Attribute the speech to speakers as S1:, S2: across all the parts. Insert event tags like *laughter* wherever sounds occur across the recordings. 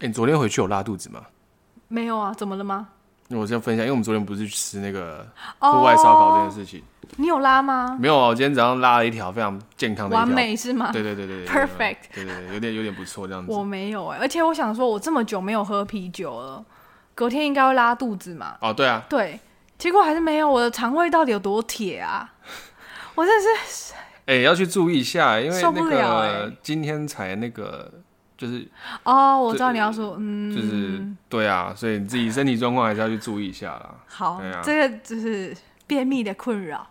S1: 哎、你昨天回去有拉肚子吗？
S2: 没有啊，怎么了吗？
S1: 我先分享，因为我们昨天不是去吃那个
S2: 哦
S1: 户外烧烤这件事情，
S2: 你有拉吗？
S1: 没有啊，我今天早上拉了一条非常健康的一条，
S2: 完美是吗？
S1: 对，对对对对
S2: Perfect
S1: 对对对，有点有点不错这样子。
S2: 我没有哎、而且我想说，我这么久没有喝啤酒了，隔天应该会拉肚子嘛。
S1: 哦，对啊，
S2: 对，结果还是没有。我的肠胃到底有多铁啊？我真的是
S1: 哎、要去注意一下，因为
S2: 受
S1: 那
S2: 不
S1: 个、
S2: 了哎
S1: 今天才那个，就是
S2: 哦，我知道你要说，嗯，
S1: 就是、对啊，所以你自己身体状况还是要去注意一下啦。
S2: 好，
S1: 对啊
S2: 这个就是便秘的困扰。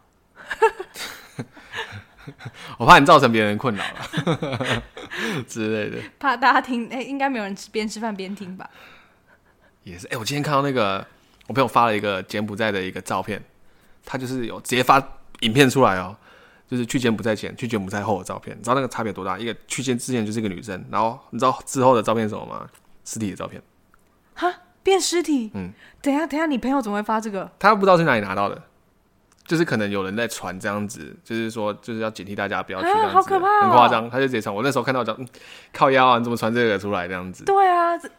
S1: 我怕你造成别人困扰了 *laughs* 之类的。
S2: 怕大家听，哎、应该没有人吃边吃饭边听吧？
S1: 也是，哎、我今天看到那个我朋友发了一个柬埔寨的一个照片，他就是有直接发影片出来哦，就是去柬埔寨前、去柬埔寨后的照片，你知道那个差别多大？一个去柬之前就是一个女生，然后你知道之后的照片是什么吗？尸体的照片，
S2: 哈，变尸体？
S1: 嗯，
S2: 等一下，等一下，你朋友怎么会发这个？
S1: 他不知道去哪里拿到的。就是可能有人在传这样子，就是说，就是要警惕大家不要去
S2: 啊
S1: 这样子，
S2: 好可怕哦
S1: 很夸张。他就直接传，我那时候看到讲、嗯，靠腰啊，你怎么传这个出来这样子？
S2: 对啊，这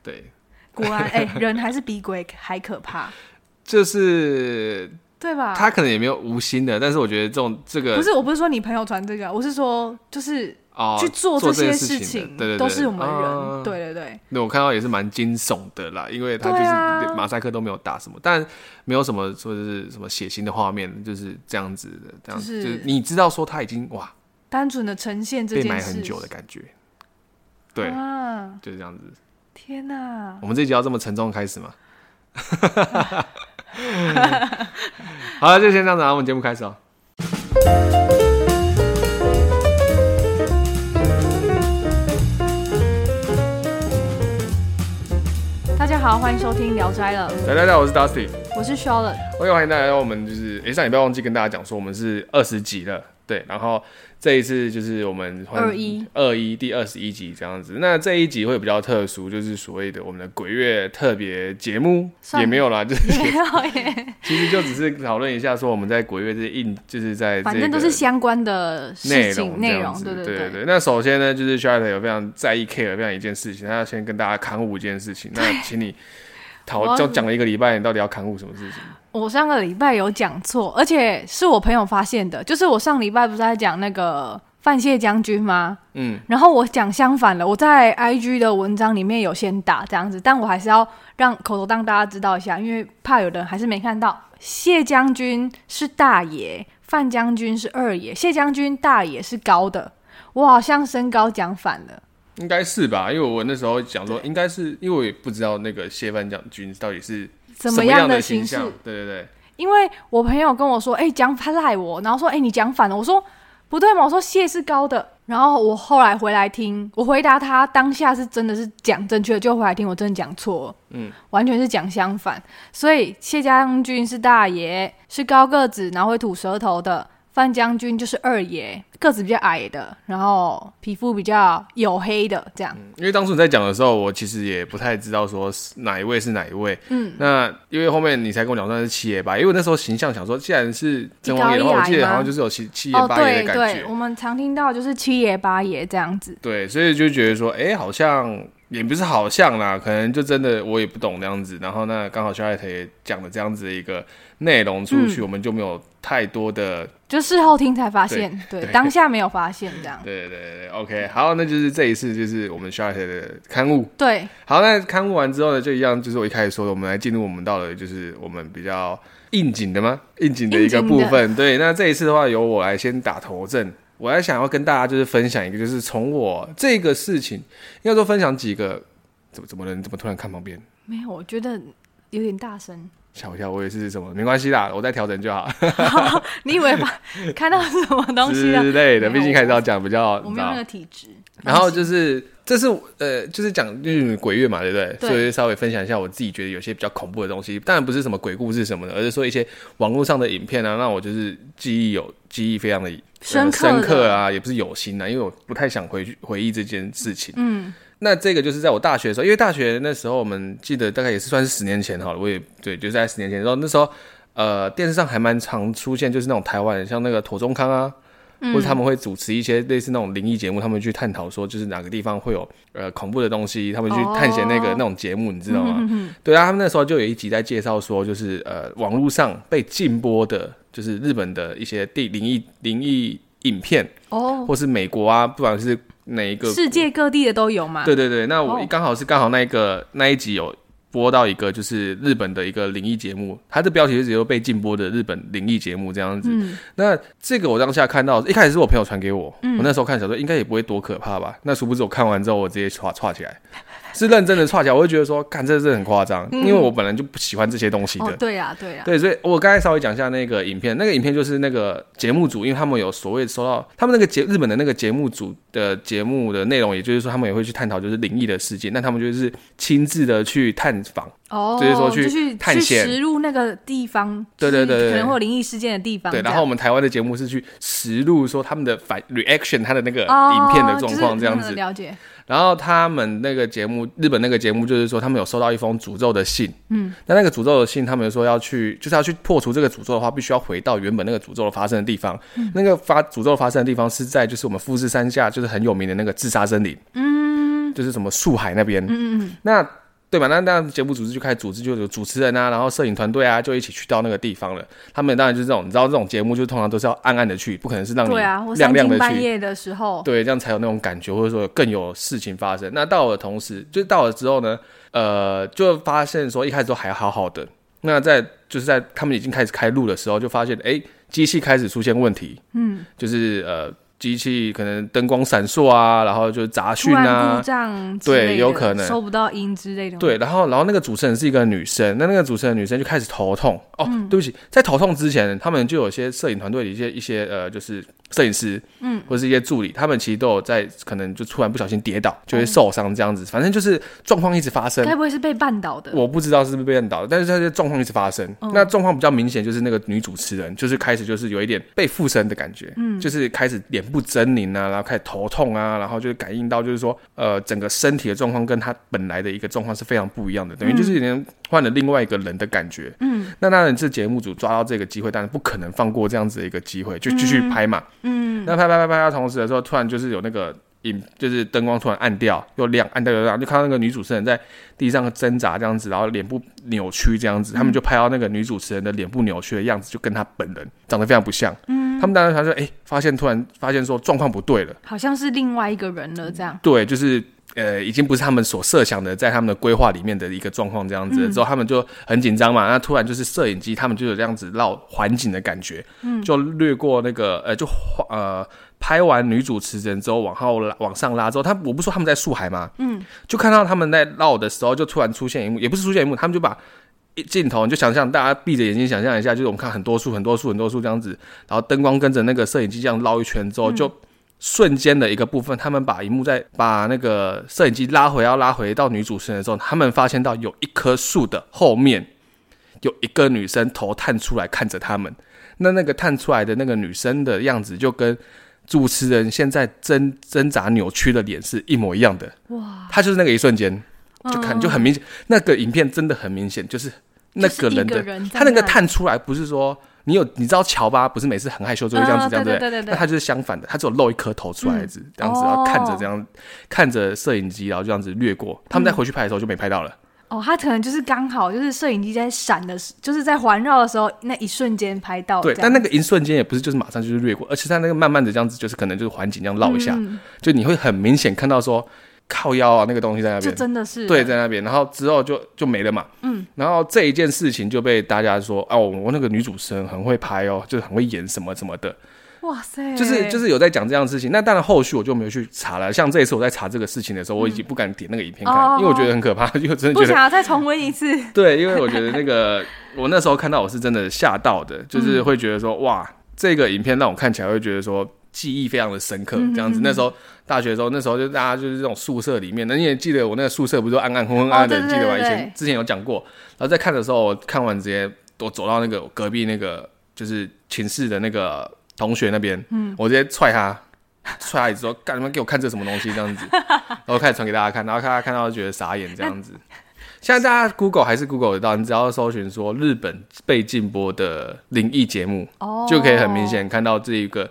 S1: 对，
S2: 果然，哎、人还是比鬼还可怕，
S1: 就是
S2: 对吧？
S1: 他可能也没有无心的，但是我觉得这种这个
S2: 不是，我不是说你朋友传这个，我是说，就是
S1: 哦，
S2: 去
S1: 做
S2: 这些
S1: 件
S2: 事
S1: 情的，对对对，
S2: 都是我们
S1: 啊
S2: 人，。对对对，
S1: 那我看到也是蛮惊悚的啦，因为他就
S2: 对啊
S1: 是马赛克都没有打什么，但没有什么说是什么血腥的画面，就是这样子的，这样子
S2: 就是
S1: 就是你知道说他已经哇
S2: 单纯的呈现这
S1: 被
S2: 件
S1: 埋
S2: 事，
S1: 很久的感觉，对，
S2: 啊，
S1: 就是这样子。
S2: 天哪，
S1: 我们这集要这么沉重开始吗？ *laughs* 好了，就先这样子啊，我们节目开始哦。
S2: 大家好，欢迎收听《聊斋》了，
S1: 大家好，我是 Dusty。
S2: 我
S1: *laughs*
S2: 是 Charlotte，
S1: OK，欢迎大家。我们就是，诶，上礼拜忘记跟大家讲说，我们是二十集了，对。然后这一次就是我们
S2: 21
S1: 二一第二十一集这样子。那这一集会比较特殊，就是所谓的我们的鬼月特别节目
S2: 算
S1: 也没有啦，就是
S2: 没有耶，
S1: *laughs* 其实就只是讨论一下说我们在鬼月这应就是在、这个、
S2: *laughs* 反正都是相关的
S1: 内
S2: 事
S1: 容
S2: 情
S1: 这
S2: 内
S1: 样
S2: 容，
S1: 子
S2: 对
S1: 对
S2: 对对，
S1: 那首先呢，就是 Charlotte 有非常在意 care 非常一件事情，他要先跟大家扛五件事情。那请你讨
S2: 我
S1: 就讲了一个礼拜，你到底要扛五什么事情？
S2: 我上个礼拜有讲错，而且是我朋友发现的，就是我上礼拜不是在讲那个范谢将军吗？
S1: 嗯，
S2: 然后我讲相反了，我在 IG 的文章里面有先打这样子，但我还是要让口头让大家知道一下，因为怕有人还是没看到。谢将军是大爷，范将军是二爷，谢将军大爷是高的，我好像身高讲反了。
S1: 应该是吧，因为我那时候讲说，应该是因为我也不知道那个谢范将军到底是
S2: 怎
S1: 么
S2: 么样
S1: 的
S2: 形
S1: 象
S2: 式？。
S1: 对对对，
S2: 因为我朋友跟我说，哎、讲他赖我，然后说，哎、你讲反了。我说不对嘛，我说谢是高的。然后我后来回来听，我回答他当下是真的是讲正确的，就回来听我真的讲错了，
S1: 嗯，
S2: 完全是讲相反。所以谢将军是大爷，是高个子，然后会吐舌头的。范将军就是二爷，个子比较矮的，然后皮肤比较黝黑的，这样。
S1: 因为当初你在讲的时候，我其实也不太知道说是哪一位是哪一位。
S2: 嗯，
S1: 那因为后面你才跟我讲算是七爷八爷，因为我那时候形象想说，既然是真王爷的话，
S2: 一高一
S1: 我
S2: 矮
S1: 记得
S2: 吗
S1: 好像就是有七七
S2: 哦
S1: 爷，八爷
S2: 对
S1: 的感
S2: 对
S1: 觉，。
S2: 我们常听到就是七爷八爷这样子。
S1: 对，所以就觉得说，哎、好像也不是好像啦，可能就真的我也不懂那样子。然后那刚好小艾特也讲了这样子的一个内容出
S2: 嗯
S1: 去，我们就没有太多的
S2: 就事后听才发现，对，
S1: 对
S2: 当下没有发现这样。
S1: 对对对对，OK，好，那就是这一次就是我们 s h a r 的刊物。
S2: 对，
S1: 好，那刊物完之后呢，就一样，就是我一开始说的，我们来进入我们到了就是我们比较应景的吗？应景的一个
S2: 应景的
S1: 部分。对，那这一次的话，由我来先打头阵。我还想要跟大家就是分享一个，就是从我这个事情，应该说分享几个，怎么怎么了？你怎么突然看旁边？
S2: 没有，我觉得有点大声。
S1: 吓我一跳，我也是什么？没关系啦，我再调整就好
S2: 你以为
S1: *laughs*
S2: 吧？看到什么东西了？
S1: 之类的。
S2: 没有
S1: 毕竟开始要讲比较，
S2: 我
S1: 你知
S2: 没有
S1: 道
S2: 那个体质。嗯
S1: 然后就是，这是我呃，就是讲就是鬼月嘛，对不对？
S2: 对
S1: 所以稍微分享一下我自己觉得有些比较恐怖的东西，当然不是什么鬼故事什么的，而是说一些网络上的影片啊，让我就是记忆有记忆非常的、呃
S2: 深刻的
S1: 深刻啊，也不是有心啊，因为我不太想回去回忆这件事情。
S2: 嗯，
S1: 那这个就是在我大学的时候，因为大学那时候我们记得大概也是算是十年前好了，我也对，就是在十年前的时候，那时候呃电视上还蛮常出现，就是那种台湾人像那个妥中康啊，或者他
S2: 嗯
S1: 们会主持一些类似那种灵异节目，他们去探讨说就是哪个地方会有呃恐怖的东西，他们去探险那个、
S2: 哦嗯
S1: 那种节目，你知道吗？对啊，他们那时候就有一集在介绍说，就是呃网络上被禁播的，就是日本的一些地灵异灵异影片，
S2: 哦，
S1: 或是美国啊，不管是哪一个
S2: 世界各地的都有嘛。
S1: 对对对，那
S2: 哦
S1: 我刚好是刚好那一个那一集有播到一个就是日本的一个灵异节目，它的标题就只有被禁播的日本灵异节目这样子。
S2: 嗯
S1: 那这个我当下看到，一开始是我朋友传给我，我那时候看小说应该也不会多可怕吧？那殊不知我看完之后，我直接歘歘起来，是认真的歘起来，我会觉得说，看这真的很夸张，因为我本来就不喜欢这些东西的。
S2: 嗯哦，对呀，对呀。
S1: 对，所以我刚才稍微讲一下那个影片，那个影片就是那个节目组，因为他们有所谓收到他们那个节日本的那个节目组的节目的内容，也就是说他们也会去探讨就是灵异的事件，那他们就是亲自的去探访，
S2: 哦，
S1: 就是说去
S2: 就去
S1: 探险
S2: 去实入那个地方，
S1: 对对对
S2: 就
S1: 对
S2: 是可能会有灵异事件的地方这
S1: 对，
S2: 样。
S1: 然后我们台湾的节目是去实录说他们的反 reaction 他的那个
S2: 哦
S1: 影片的状况这样
S2: 就是
S1: 子
S2: 嗯，了解。
S1: 然后他们那个节目，日本那个节目就是说，他们有收到一封诅咒的信。嗯，那那个诅咒的信，他们说要去，就是要去破除这个诅咒的话，必须要回到原本那个诅咒的发生的地方。
S2: 嗯
S1: 那个发诅咒发生的地方是在就是我们富士山下，就是很有名的那个自杀森林。嗯，就是什么树海那边。嗯嗯，那。对吧？那那节目组织就开始组织，就有主持人啊，然后摄影团队啊，就一起去到那个地方了。他们当然就是这种，你知道这种节目就通常都是要暗暗的去，不可能是让你
S2: 对啊，或
S1: 亮
S2: 三
S1: 亮的
S2: 更
S1: 去。
S2: 半夜的时候，
S1: 对，这样才有那种感觉，或者说更有事情发生。那到了同时，就是到了之后呢，呃，就发现说一开始都还好好的，那在就是在他们已经开始开录的时候，就发现哎，机器开始出现问题，嗯，就是呃，机器可能灯光闪烁啊，然后就是杂
S2: 突
S1: 讯
S2: 然故
S1: 啊。
S2: 障之
S1: 对
S2: 类的
S1: 有可能
S2: 收不到音之类的。，
S1: 对，然后，然后那个主持人是一个女生，那那个主持人女生就开始头痛哦，对不起，在头痛之前，他们就有些摄影团队的一些一些呃，就是摄影师，嗯，或是一些助理，他们其实都有在可能就突然不小心跌倒，就会受伤这样子，反正就是状况一直发生。
S2: 该不会是被绊倒的？
S1: 我不知道是不是被摁倒，但是这些状况一直发生。那状况比较明显就是那个女主持人，就是开始就是有一点被附身的感觉，嗯，就是开始脸部狰狞啊，然后开始头痛啊，然后就是感应到就是说，呃，整个身体的状况跟她本来的一个状况是非常不一样的，等于就是有点换了另外一个人的感觉。嗯，那当然是节目组抓到这个机会，当然不可能放过这样子的一个机会，就继续拍嘛。嗯，那拍拍拍拍到同时的时候，突然就是有那个。影就是灯光突然暗掉又亮，暗掉又亮，就看到那个女主持人在地上挣扎这样子，然后脸部扭曲这样子，他们就拍到那个女主持人的脸部扭曲的样子，就跟她本人长得非常不像。嗯，他们当时他说，哎、发现突然发现说状况不对了，
S2: 好像是另外一个人
S1: 嗯
S2: 了，这样。
S1: 对，就是。呃，已经不是他们所设想的，在他们的规划里面的一个状况这样子之后，他们就很紧张嘛。那突然就是摄影机，他们就有这样子绕环景的感觉，就略过那个呃，就呃拍完女主持人之后，往后拉往上拉之后，他我不是说他们在树海吗？嗯，就看到他们在绕的时候，就突然出现一幕，也不是出现一幕，他们就把一镜头，你就想象大家闭着眼睛想象一下，就是我们看很多树、很多树、很多树这样子，然后灯光跟着那个摄影机这样绕一圈之后，就瞬间的一个部分，他们把荧幕在把那个摄影机拉回，要拉回到女主持人的时候，他们发现到有一棵树的后面有一个女生头探出来看着他们，那那个探出来的那个女生的样子就跟。主持人现在挣挣扎扭曲的脸是一模一样的，哇！他就是那个一瞬间，就看就很明显，那个影片真的很明显，就是那
S2: 就是
S1: 个
S2: 一
S1: 人
S2: 个
S1: 的
S2: 人在
S1: 他那个
S2: 那
S1: 探出来，不是说你有你知道乔巴不是每次很害羞就会这样子
S2: 啊
S1: 这样
S2: 对
S1: 对
S2: 对
S1: 不
S2: 对对对
S1: 那他就是相反的，他只有露一颗头出来子、这样子，
S2: 哦
S1: 然后看着这样、看着摄影机，然后这样子掠过。他们再回去拍的时候就没拍到了，
S2: 哦，他可能就是刚好就是摄影机在闪的时，就是在环绕的时候那一瞬间拍到哦这
S1: 对。
S2: 样。
S1: 但那个一瞬间也不是就是马上就是掠过，而且他那个慢慢的这样子就是可能就是环境这样绕一下，
S2: 嗯
S1: 就你会很明显看到说靠腰啊那个东西在那
S2: 就
S1: 边，
S2: 真的是
S1: 对，在那边，然后之后就就没了嘛。嗯，然后这一件事情就被大家说，哦，我那个女主持人很会拍哦，就是很会演什么什么的，
S2: 哇塞，
S1: 就是就是有在讲这样的事情。那当然后续我就没有去查了。像这一次我在查这个事情的时候，我已经不敢点那个影片
S2: 哦
S1: 看，因为我觉得很可怕， *laughs* 因为我真的
S2: 不
S1: 觉
S2: 想
S1: 得
S2: 要再重温
S1: *laughs*
S2: 一次。
S1: 对，因为我觉得那个 *laughs* 我那时候看到我是真的吓到的，
S2: 嗯
S1: 就是会觉得说哇，这个影片让我看起来会觉得说。记忆非常的深刻，
S2: 嗯
S1: 这样子。那时候大学的时候，那时候就大家就是这种宿舍里面的，你也记得我那个宿舍不是都暗暗昏昏暗暗的，
S2: 哦对
S1: 你记得吧？
S2: 对
S1: 以
S2: 对对
S1: 前之前有讲过。然后在看的时候，我看完直接我走到那个隔壁那个就是寝室的那个同学那边，嗯，我直接踹他， *laughs* 踹他一直说干什么给我看这什么东西这样子，然后开始传给大家看，然后大家看到就觉得傻眼这样子。现在大家 Google 还是 Google 得到，你只要搜寻说日本被禁播的灵异节目，
S2: 哦，
S1: 就可以很明。显看到这一个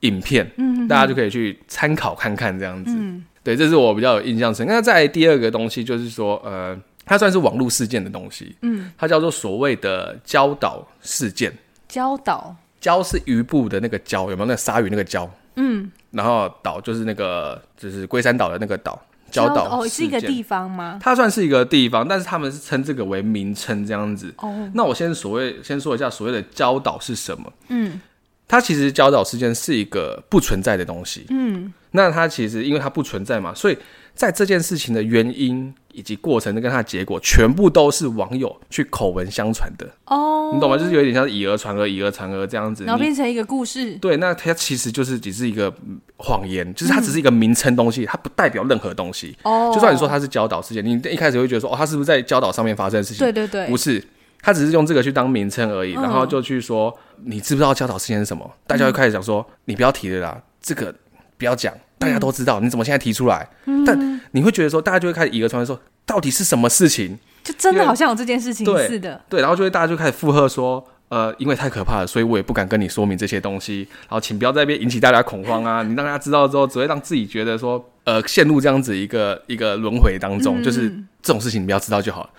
S1: 影片，嗯，大家就可以去参考看看这样子。对，这是我比较有印象深。那在第二个东西就是说，呃，它算是网络事件的东西，嗯，它叫做所谓的教导事件。
S2: 教导
S1: 礁是鱼部的那个礁，有没有那个鲨鱼那个礁？嗯，然后岛就是那个就是龟山岛的那个岛，礁岛
S2: 哦，是一个
S1: 事件
S2: 地方吗？
S1: 它算是一个地方，但是他们是称这个为名称这样子。
S2: 哦，
S1: 那我先所谓先说一下所谓的礁岛是什么？
S2: 嗯，
S1: 它其实礁岛事件是一个不存在的东西。
S2: 嗯，
S1: 那它其实因为它不存在嘛，所以在这件事情的原因以及过程跟它的结果，全部都是网友去口文相传的，
S2: 哦，
S1: 你懂吗？就是有点像是以讹传讹，以讹传讹这样子。
S2: 然后
S1: 你
S2: 变成一个故事，
S1: 对，那它其实就是只是一个嗯谎言，就是它只是一个名称东西，它不代表任何东西。
S2: 哦，
S1: 就算你说它是教导事件，你一开始会觉得说，哦，它是不是在教导上面发生的事情？
S2: 对对对
S1: 不，是，它只是用这个去当名称而已，
S2: 嗯
S1: 然后就去说，你知不知道教导事件是什么？大家就开始讲说，你不要提了啦，这个不要讲，大
S2: 嗯
S1: 家都知道，你怎么现在提出来？但你会觉得说，大家就会开始以讹传讹，说到底是什么事情？
S2: 就真
S1: 因
S2: 的
S1: 为
S2: 好像有这件事情
S1: 对
S2: 似的，
S1: 对，然后就会大家就开始附和说，呃，因为太可怕了，所以我也不敢跟你说明这些东西。然后请不要在那边引起大家恐慌啊！你让大家知道之后，只会让自己觉得说，呃，陷入这样子一个一个轮回当中，就是
S2: 嗯
S1: 这种事情你不要知道就好了。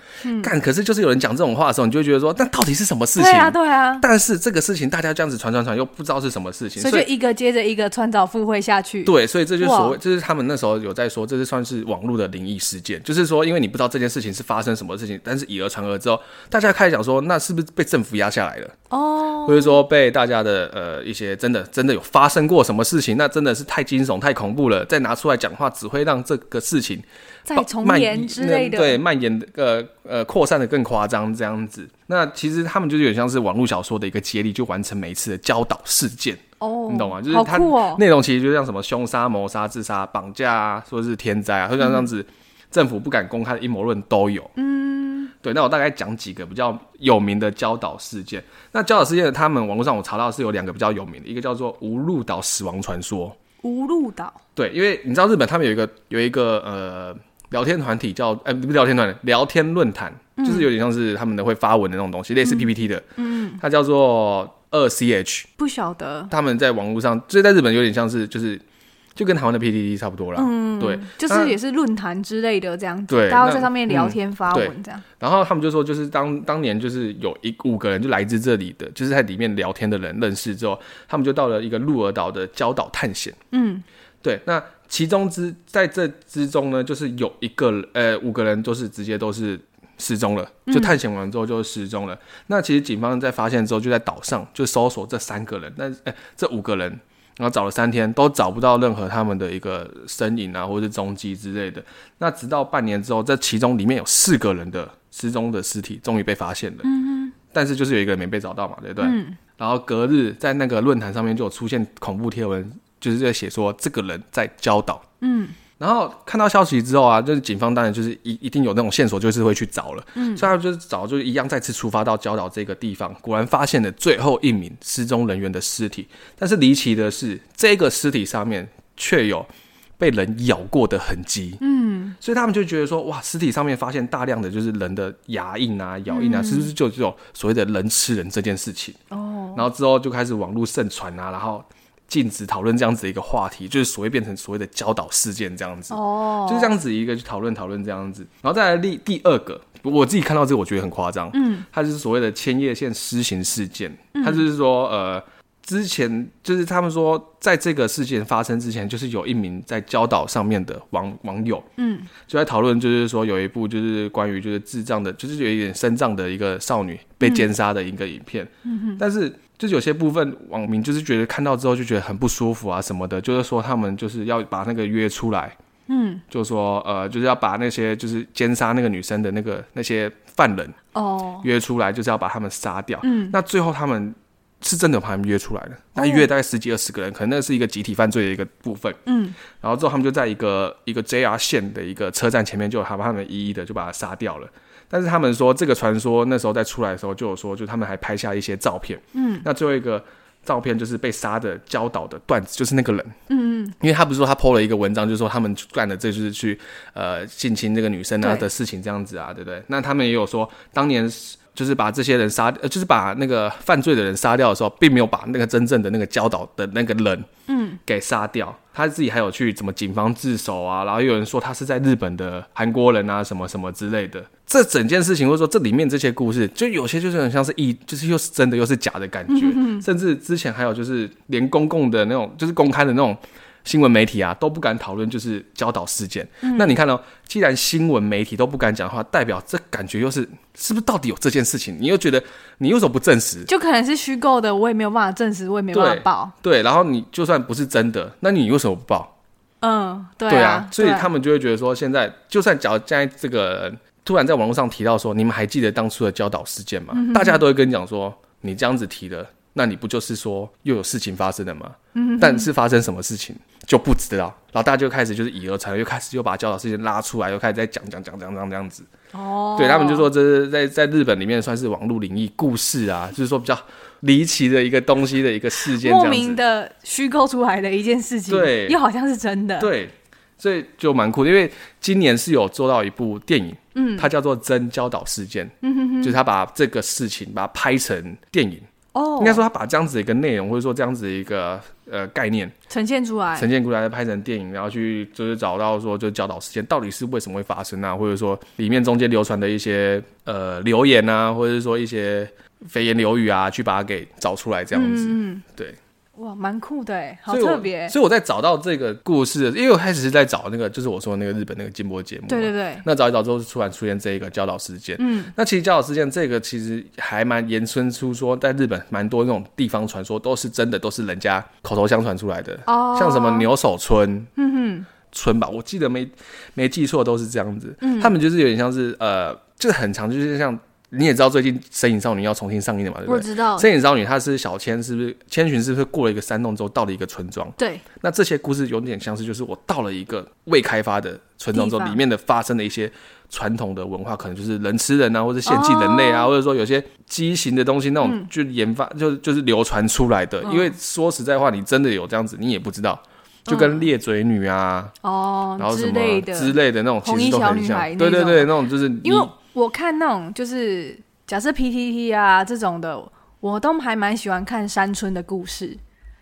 S1: 干，可是就是有人讲这种话的时候，你就会觉得说，那到底是什么事情？
S2: 对啊，对啊，
S1: 但是这个事情大家这样子传传传，又不知道是什么事情，
S2: 所以就一个接着一个穿凿附会下去，
S1: 对，所以这就是所
S2: 哇
S1: 谓，这是他们那时候有在说，这是算是网络的灵异事件，就是说，因为你不知道这件事情是发生什么事情，但是以讹传讹之后，大家开始讲说，那是不是被政府压下来了，
S2: 哦，
S1: 或者说被大家的呃一些真的真的有发生过什么事情，那真的是太惊悚、太恐怖了，再拿出来讲话，只会让这个事情
S2: 再
S1: 爆
S2: 重
S1: 蔓
S2: 演
S1: 延
S2: 之类
S1: 那
S2: 的，
S1: 对，蔓延的呃呃扩散的更夸张这样子。那其实他们就是有点像是网络小说的一个接力，就完成每一次的教导事件。
S2: 哦，
S1: 你懂吗？就是
S2: 好
S1: 它
S2: 酷哦，
S1: 内容其实就像什么凶杀、谋杀、自杀、绑架啊，或者是
S2: 嗯
S1: 天灾啊，就像这样子，政府不敢公开的阴谋论都有。嗯，对。那我大概讲几个比较有名的教导事件。那教导事件，他们网络上我查到是有两个比较有名的，一个叫做无鹿岛死亡传说。
S2: 无路岛，
S1: 对，因为你知道日本他们有一个有一个呃聊天团体叫呃不是聊天团体聊天论坛，
S2: 嗯
S1: 就是有点像是他们的会发文的那种东西，类似 PPT 的。嗯，它叫做二 CH。
S2: 不晓得，
S1: 他们在网络上，所以在日本有点像是就是就跟台湾的 PDD 差不多啦。
S2: 嗯，
S1: 对，
S2: 就是也是论坛之类的这样子，
S1: 对
S2: 大家会
S1: 那
S2: 在上面聊
S1: 嗯
S2: 天发
S1: 对
S2: 文这样，
S1: 然后他们就说，就是当当年就是有一五个人就来自这里的，就是在里面聊天的人认识之后，他们就到了一个鹿儿岛的礁岛探险。
S2: 嗯，
S1: 对，那其中之在这之中呢，就是有一个人呃五个人都是直接都是失踪了，就探险完之后就失踪了。那其实警方在发现之后，就在岛上就搜索这三个人，但呃这五个人，然后找了三天都找不到任何他们的一个身影啊，或者是踪迹之类的。那直到半年之后，这其中里面有四个人的失踪的尸体终于被发现了，嗯但是就是有一个人没被找到嘛，对不对？
S2: 嗯
S1: 然后隔日在那个论坛上面就有出现恐怖贴文，就是在写说这个人在教导。
S2: 嗯，
S1: 然后看到消息之后啊，就是警方当然就是一一定有那种线索，就是会去找了。嗯，所以他们就是找，就是一样再次出发到礁岛这个地方，果然发现了最后一名失踪人员的尸体。但是离奇的是，这个尸体上面却有被人咬过的痕迹。嗯，所以他们就觉得说，哇，尸体上面发现大量的就是人的牙印啊、咬印啊，是不是就这种所谓的人吃人这件事情？
S2: 哦，
S1: 然后之后就开始网络盛传啊，然后禁止讨论这样子一个话题，就是所谓变成所谓的教导事件这样子，
S2: 哦，
S1: 就是这样子一个去讨论讨论这样子。然后再来第第二个，我自己看到这个我觉得很夸张，嗯，它就是所谓的千叶县施行事件，它就是说呃。之前就是他们说，在这个事件发生之前，就是有一名在教导上面的网网友，
S2: 嗯，
S1: 就在讨论，就是说有一部就是关于就是智障的，就是有一点身障的一个少女被奸杀的一个影片。嗯但是就是有些部分网民就是觉得看到之后就觉得很不舒服啊什么的，就是说他们就是要把那个约出来，
S2: 嗯，
S1: 就说呃就是要把那些就是奸杀那个女生的那个那些犯人
S2: 哦，
S1: 约出来，就是要把他们杀掉。嗯。那最后他们。是真的把他们约出来了，那约大概十几二十个人，可能那是一个集体犯罪的一个部分。
S2: 嗯，
S1: 然后之后他们就在一个一个 JR 线的一个车站前面，就把他们一一的就把他杀掉了。但是他们说这个传说那时候在出来的时候就有说，就他们还拍下一些照片。嗯，那最后一个照片就是被杀的教导的段子，就是那个人。嗯嗯，因为他不是说他 PO 了一个文章，就是说他们干了这就是去呃性侵这个女生啊
S2: 对
S1: 的事情这样子啊，对不对？那他们也有说当年。就是把这些人杀，呃，就是把那个犯罪的人杀掉的时候，并没有把那个真正的那个教导的那个人，嗯，给杀掉。他自己还有去怎么警方自首啊，然后又有人说他是在日本的韩国人啊，什么什么之类的。这整件事情，或者说这里面这些故事，就有些就是很像是一，就是又是真的又是假的感觉。甚至之前还有就是连公共的那种，就是公开的那种新闻媒体啊，都不敢讨论就是教导事件。那你看哦，既然新闻媒体都不敢讲的话，代表这感觉又是是不是到底有这件事情？你又觉得你为什么不证实？
S2: 就可能是虚构的，我也没有办法证实，我也没办法报。
S1: 对，然后你就算不是真的，那你为什么不报？
S2: 嗯，对
S1: 对
S2: 啊，
S1: 所以
S2: 对
S1: 他们就会觉得说，现在就算假如现在这个人突然在网络上提到说，你们还记得当初的教导事件吗？
S2: 嗯
S1: 大家都会跟你讲说，你这样子提的，那你不就是说又有事情发生了吗？
S2: 嗯
S1: 但是发生什么事情就不知道，然后大家就开始就是以讹传讹，又开始又把教导事件拉出来，又开始在讲讲讲讲讲这样子。
S2: 哦，
S1: 对他们就说这是在在日本里面算是网络灵异故事啊，就是说比较离奇的一个东西的一个事件，这
S2: 莫
S1: 样子
S2: 名。的虚构出来的一件事情，
S1: 对
S2: 又好像是
S1: *laughs*
S2: 真的。
S1: 对，所以就蛮酷的，因为今年是有做到一部电影，嗯，它叫做《真教导事件》，嗯哼哼，就是他把这个事情把它拍成电影，
S2: 哦
S1: 应，该说他把这样子的一个内容或者说这样子的一个呃概念
S2: 呈现出来，
S1: 呈现出来，拍成电影，然后去就是找到说就教导事件到底是为什么会发生啊，或者说里面中间流传的一些呃流言啊，或者是说一些蜚言流语啊，去把它给找出来这样子，
S2: 嗯嗯，
S1: 对。
S2: 嗯哇，蛮酷的哎，好
S1: 所以我
S2: 特别。
S1: 所以我在找到这个故事，因为我开始是在找那个，就是我说的那个日本那个禁播节目嘛，
S2: 对对对，
S1: 那找一找之后，突然出现这一个教导事件。嗯，那其实教导事件这个其实还蛮延伸出说，在日本蛮多那种地方传说都是真的，都是人家口头相传出来的。
S2: 哦
S1: 像什么牛首村，嗯哼，村吧，我记得没没记错都是这样子。嗯，他们就是有点像是呃，就是很长，就是像你也知道最近《神隐少女》要重新上映了嘛，对不
S2: 我
S1: 对？
S2: 知道，
S1: 《神隐少女》她是小千，是不是千寻是不是过了一个山洞之后到了一个村庄？
S2: 对，
S1: 那这些故事有点像是，就是我到了一个未开发的村庄之后，
S2: 地方
S1: 里面的发生的一些传统的文化，可能就是人吃人啊，或者献祭人类
S2: 哦
S1: 啊，或者说有些畸形的东西，那
S2: 嗯
S1: 种就研发、就就是流传出来的。因为说实在话，你真的有这样子，你也不知道。就跟裂嘴女啊，
S2: 哦
S1: 然后什
S2: 嗯之
S1: 么
S2: 类的
S1: 之类的那种，
S2: 红
S1: 其实
S2: 衣
S1: 都
S2: 小
S1: 很
S2: 女
S1: 像
S2: 孩。那
S1: 对对
S2: 种
S1: 对，那种就是
S2: 因为
S1: 你
S2: 我看那种就是假设 PTT 啊这种的，我都还蛮喜欢看山村的故事，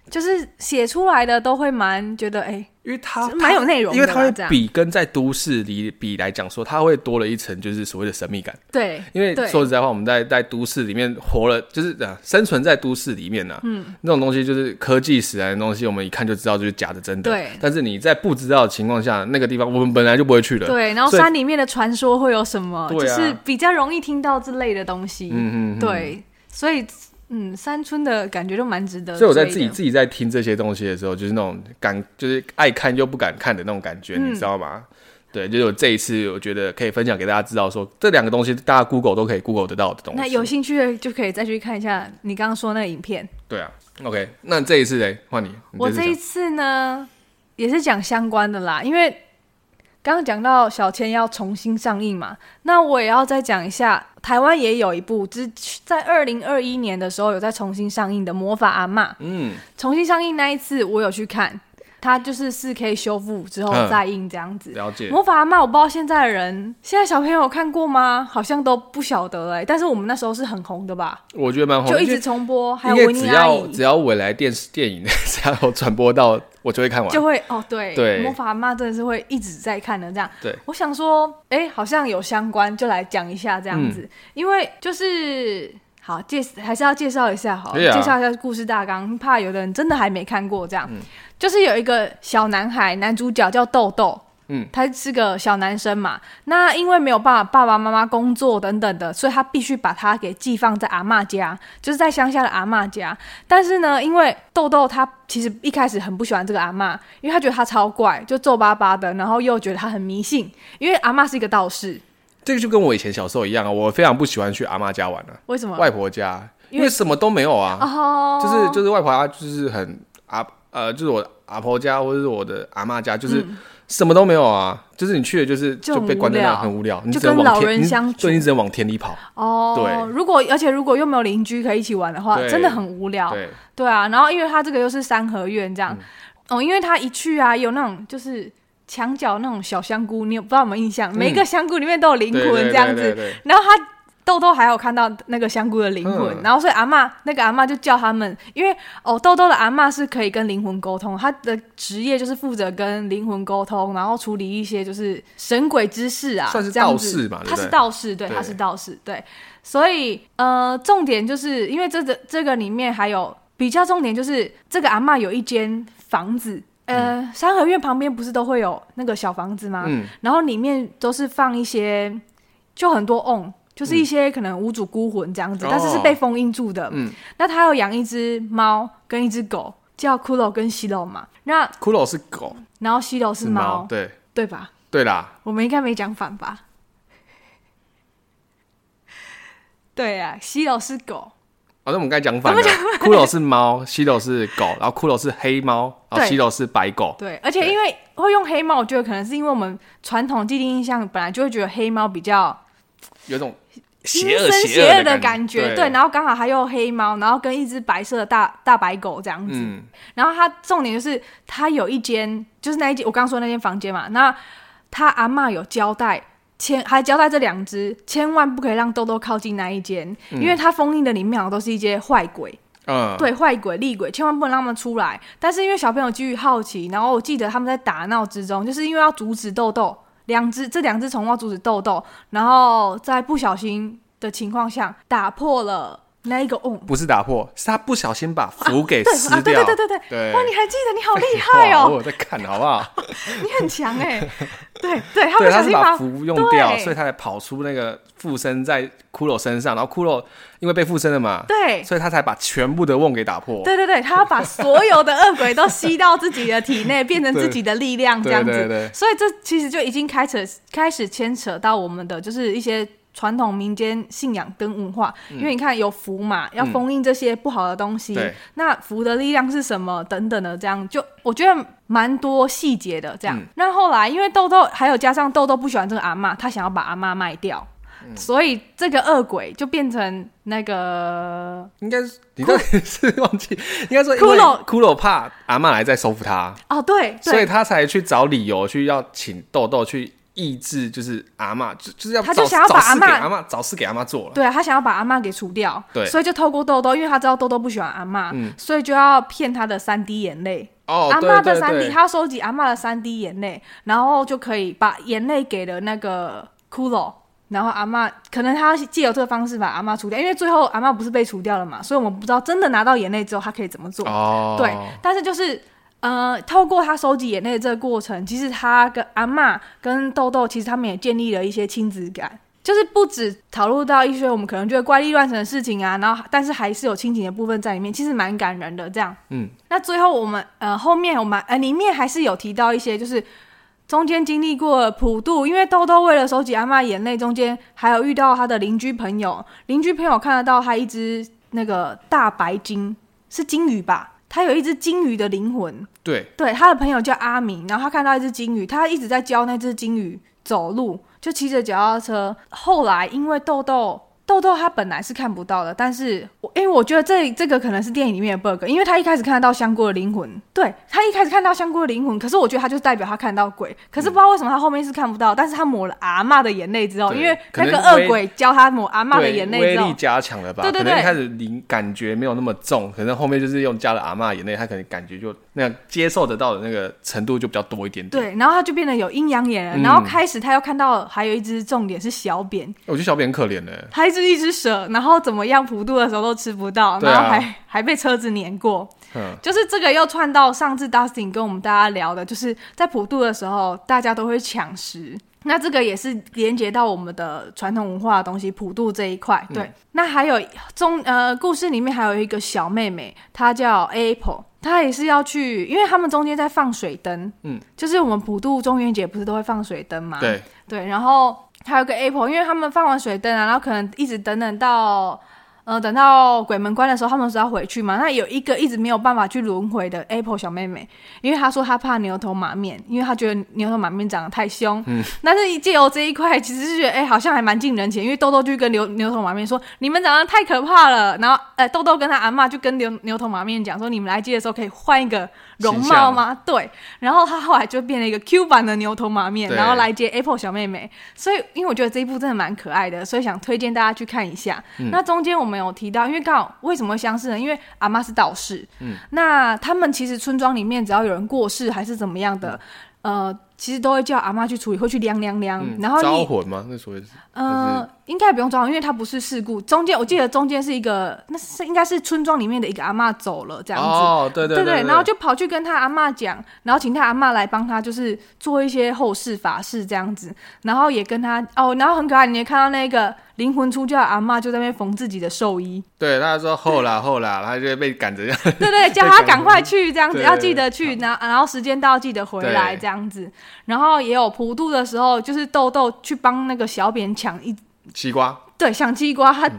S2: 就是写出来的都会蛮觉得哎、
S1: 因为它
S2: 蛮有内容的
S1: 因
S2: 啦
S1: 为它会
S2: 这样
S1: 比跟在都市里比来讲说，它会多了一层就是所谓的神秘感。
S2: 对，
S1: 因为
S2: 对
S1: 说实在话，我们在在都市里面活了，就是呃生存在都市里面呢、嗯，那种东西就是科技使然的东西，我们一看就知道就是假的真的。
S2: 对
S1: 但是你在不知道的情况下，那个地方我们本来就不会去的。
S2: 对，然后
S1: 所以
S2: 山里面的传说会有什么？
S1: 对啊
S2: 就是比较容易听到之类的东西。
S1: 嗯嗯嗯
S2: 对，所以嗯，山村的感觉就蛮值得追的。
S1: 所以我在自己自己在听这些东西的时候，就是那种敢，就是爱看又不敢看的那种感觉，
S2: 嗯
S1: 你知道吗？对，就是我这一次我觉得可以分享给大家知道说这两个东西大家 Google 都可以 Google 得到的东西。
S2: 那有兴趣的就可以再去看一下你刚刚说那个影片。
S1: 对啊，OK，那这一次嘞，换你，你
S2: 我
S1: 次
S2: 这
S1: 讲
S2: 一次呢，也是讲相关的啦，因为刚刚讲到小千要重新上映嘛，那我也要再讲一下，台湾也有一部之在二零二一年的时候有再重新上映的《魔法阿嬷》，
S1: 嗯
S2: 重新上映那一次我有去看，它就是四 K 修复之后
S1: 嗯
S2: 再映这样子。
S1: 了解，
S2: 魔法阿嬷，我不知道现在的人，现在小朋友有看过吗？好像都不晓得哎、但是我们那时候是很红的吧，
S1: 我觉得蛮好，
S2: 就一
S1: 哦因为
S2: 直重播，还
S1: 应
S2: 有
S1: 该
S2: 维
S1: 只
S2: 尼阿
S1: 要
S2: 姨
S1: 只要未来电视电影 *laughs* 只要有转播到，我就会看完。
S2: 就会哦，对，
S1: 对
S2: 魔法阿嬷真的是会一直在看的这样。
S1: 对，
S2: 我想说，哎、好像有相关，就来讲一下这
S1: 嗯
S2: 样子，因为就是好介还是要介绍一下好了
S1: 可以啊
S2: 介绍一下故事大纲，怕有的人真的还没看过这样。
S1: 嗯
S2: 就是有一个小男孩，男主角叫豆豆。
S1: 嗯，
S2: 他是个小男生嘛，那因为没有办法爸爸妈妈工作等等的，所以他必须把他给寄放在阿嬷家，就是在乡下的阿嬷家。但是呢，因为豆豆他其实一开始很不喜欢这个阿嬷，因为他觉得他超怪，就皱巴巴的，然后又觉得他很迷信，因为阿嬷是一个道士，
S1: 这个就跟我以前小时候一样啊，我非常不喜欢去阿妈家玩啊，
S2: 为什么？
S1: 外婆家，
S2: 因为
S1: 因为什么都没有啊，
S2: 哦，
S1: 就是就是外婆家就是很阿呃，就是我阿婆家或者是我的阿妈家，就是什么都没有啊，就是你去了就是
S2: 嗯就很
S1: 被关在
S2: 无
S1: 那
S2: 聊
S1: 很无聊，你
S2: 就
S1: 只能
S2: 跟
S1: 往
S2: 老人
S1: 天，你
S2: 相
S1: 对，你
S2: 处
S1: 只能往天里跑，
S2: 哦，
S1: 对
S2: 如果而且如果又没有邻居可以一起玩的话，
S1: 对
S2: 真的很无聊。
S1: 对，
S2: 对啊，然后因为他这个又是三合院这样，
S1: 嗯
S2: 哦，因为他一去啊，有那种就是墙角那种小香菇，你有不知道有没有印象？每一个香菇里面都有灵
S1: 嗯对
S2: 魂
S1: 对
S2: 这样
S1: 对
S2: 子，
S1: 对对
S2: 然后他。豆豆还有看到那个香菇的灵魂，
S1: 嗯
S2: 然后所以阿嬷那个阿嬷就叫他们，因为哦豆豆的阿嬷是可以跟灵魂沟通，她的职业就是负责跟灵魂沟通，然后处理一些就是神鬼之事啊，
S1: 算是
S2: 这样子
S1: 道士吧对不
S2: 她
S1: 对
S2: 是道士，对，
S1: 对
S2: 她是道士，对，所以呃重点就是因为这个这个里面还有比较重点就是这个阿嬷有一间房子。呃，三合院旁边不是都会有那个小房子吗？
S1: 嗯，
S2: 然后里面都是放一些，就很多 on，就是一些可能无主孤魂这样子，
S1: 哦
S2: 但是是被封印住的。
S1: 嗯，
S2: 那他有养一只猫跟一只狗，叫骷髅跟西楼嘛。那
S1: 骷髅是狗，
S2: 然后西楼是
S1: 是
S2: 猫，
S1: 猫，对
S2: 对吧？
S1: 对啦，
S2: 我们应该没讲反吧？ *laughs* 对啊，西楼是狗，
S1: 好、哦，那我们刚才讲反了，骷髅是猫， *laughs* 西楼是狗，然后骷髅是黑猫，然后
S2: 对
S1: 西楼是白狗，
S2: 对，而且因为会用黑猫，我觉得可能是因为我们传统既定印象本来就会觉得黑猫比较
S1: 有种
S2: 阴
S1: 邪恶
S2: 森邪恶的感
S1: 感
S2: 觉，对，
S1: 对，
S2: 然后刚好还有黑猫，然后跟一只白色的大大白狗这样子，
S1: 嗯，
S2: 然后他重点就是他有一间，就是那一间我刚刚说的那间房间嘛，那他阿嬷有交代。千还交代这两只，千万不可以让豆豆靠近那一间，因为它封印的里面好像都是一些坏鬼，
S1: 嗯，
S2: 对坏鬼、厉鬼，千万不能让他们出来。但是因为小朋友基于好奇，然后我记得他们在打闹之中，就是因为要阻止豆豆，两只这两只宠物要阻止豆豆，然后在不小心的情况下打破了那一个瓮。
S1: 不是打破，是他不小心把符给
S2: 对
S1: 撕
S2: 啊，对
S1: 掉，
S2: 对对对对，
S1: 对
S2: 哇，你还记
S1: *laughs*
S2: 得，你好厉害
S1: 哇我
S2: 哦，
S1: 有在看好不好？
S2: 你很强哎、
S1: *laughs*
S2: 对对，他
S1: 对，他
S2: 不小
S1: 是
S2: 心
S1: 把
S2: 把
S1: 符用掉，
S2: 对
S1: 所以他才跑出那个附身在骷髅身上，然后骷髅因为被附身了嘛，
S2: 对
S1: 所以他才把全部的瓮给打破。
S2: 对对对，他要把所有的恶鬼都吸到自己的体内，变成自己的力量，这样子。
S1: 对对 *laughs* 对
S2: 所以这其实就已经开始开始牵扯到我们的就是一些传统民间信仰跟文化，因为你看有符嘛，要封印这些不好的东西，
S1: 嗯对
S2: 那符的力量是什么等等的，这样就我觉得蛮多细节的这样。
S1: 嗯
S2: 那后来因为豆豆还有加上豆豆不喜欢这个阿嬷，他想要把阿嬷卖掉。
S1: 嗯
S2: 所以这个恶鬼就变成那个
S1: 应该是 *laughs* 你到底是忘记，应该说因
S2: 骷
S1: 为
S2: 髅
S1: 骷髅怕阿嬷来再收服他，
S2: 哦，对，
S1: 所以
S2: 对，
S1: 他才去找理由去要请豆豆去抑制，就是阿嬷，就就是要
S2: 他
S1: 找
S2: 就想要把
S1: 找事给
S2: 阿嬷
S1: 阿嬷找事给阿嬷做了。
S2: 对他想要把阿嬷给除掉，
S1: 对
S2: 所以就透过豆豆，因为他知道豆豆不喜欢阿嬷，
S1: 嗯
S2: 所以就要骗他的三滴眼泪。
S1: 哦，
S2: 阿嬷
S1: 对
S2: 的
S1: 对
S2: 三滴，
S1: 对，
S2: 他要收集阿嬷的三滴眼泪，然后就可以把眼泪给了那个骷髅，然后阿嬷可能他借由这个方式把阿嬷除掉，因为最后阿嬷不是被除掉了嘛，所以我们不知道真的拿到眼泪之后他可以怎么做。
S1: 哦，
S2: 对，但是就是呃，透过他收集眼泪的这个过程，其实他跟阿嬷跟豆豆，其实他们也建立了一些亲子感。就是不止讨论到一些我们可能觉得怪力乱神的事情啊，然后但是还是有亲情的部分在里面，其实蛮感人的。这样，
S1: 嗯，
S2: 那最后我们呃后面我们呃里面还是有提到一些，就是中间经历过普渡，因为豆豆为了收集阿嬷眼泪，中间还有遇到他的邻居朋友，邻居朋友看得到他一只那个大白鲸，是鲸鱼吧？他有一只鲸鱼的灵魂，
S1: 对，
S2: 对，他的朋友叫阿明，然后他看到一只鲸鱼，他一直在教那只鲸鱼走路，就骑着脚踏车。后来因为豆豆。豆豆他本来是看不到的，但是我因为我觉得这这个可能是电影里面的 bug，因为他一开始看得到香菇的灵魂，对他一开始看到香菇的灵魂，可是我觉得他就代表他看到鬼，可是不知道为什么他后面是看不到，但是他抹了阿嬷的眼泪之后，
S1: 对
S2: 因为
S1: 可能
S2: 那个恶
S1: 威
S2: 鬼教他抹阿嬷的
S1: 对
S2: 眼 *laughs* 泪
S1: 威
S2: 之后
S1: 力，加强了吧？
S2: 对对
S1: 可能
S2: 对
S1: 一开始灵感觉没有那么重，可能后面就是用加了阿嬷眼泪，他可能感觉就那个接受得到的那个程度就比较多一点点。
S2: 对，然后他就变得有阴阳眼了，
S1: 嗯
S2: 然后开始他又看到还有一只重点是小扁，
S1: 我觉得小扁很可怜呢。
S2: 它一只一只蛇，然后怎么样普渡的时候都吃不到，
S1: 对啊
S2: 然后还、还被车子碾过。
S1: 嗯，
S2: 就是这个又串到上次 Dustin 跟我们大家聊的，就是在普渡的时候，大家都会抢食。那这个也是连接到我们的传统文化的东西，普渡这一块。
S1: 嗯
S2: 对，那还有中呃，故事里面还有一个小妹妹，她叫 Apple，她也是要去，因为他们中间在放水灯，
S1: 嗯，
S2: 就是我们普渡中元节不是都会放水灯嘛？
S1: 对，
S2: 啊对，然后还有个 Apple，因为他们放完水灯啊，然后可能一直等等到呃，等到鬼门关的时候，他们是要回去嘛？那有一个一直没有办法去轮回的 Apple 小妹妹，因为她说她怕牛头马面，因为她觉得牛头马面长得太凶。嗯，但是借由这一块，其实是觉得哎、好像还蛮近人情，因为豆豆就跟牛牛头马面说：“你们长得太可怕了。”然后，呃，豆豆跟他阿嬷就跟牛牛头马面讲说：“你们来接的时候可以换一个容
S1: 形
S2: 貌
S1: 象啊
S2: 吗？”对。然后他后来就变了一个 Q 版的牛头马面，
S1: 对
S2: 然后来接 Apple 小妹妹。所以，因为我觉得这一部真的蛮可爱的，所以想推荐大家去看一下。
S1: 嗯
S2: 那中间我们有提到，因为刚好为什么会相似呢？因为阿妈是道士，嗯，那他们其实村庄里面只要有人过世还是怎么样的，呃，其实都会叫阿妈去处理，会去晾晾晾。
S1: 嗯
S2: 然后
S1: 招
S2: 你，
S1: 魂吗？那所谓是还
S2: 呃
S1: 是，
S2: 应该不用装，因为它不是事故。中间我记得中间是一个，那是应该是村庄里面的一个阿妈走了这样子。
S1: 哦，对
S2: 对
S1: 对对，
S2: 然后就跑去跟他阿嬷讲，然后请他阿嬷来帮他，就是做一些后事法事这样子，然后也跟他哦，然后很可爱，你也看到那个灵魂出窍的阿嬷就在那边缝自己的寿
S1: *laughs*
S2: 衣，
S1: 对他说后啦后啦，他就被赶着这样，
S2: 对对，叫他赶快去这样子，
S1: 对
S2: 要记得去，然后然后时间到记得回来
S1: 对
S2: 这样子，然后也有普渡的时候，就是豆豆去帮那个小扁抢一
S1: *laughs* 西瓜，
S2: 对，想西瓜，他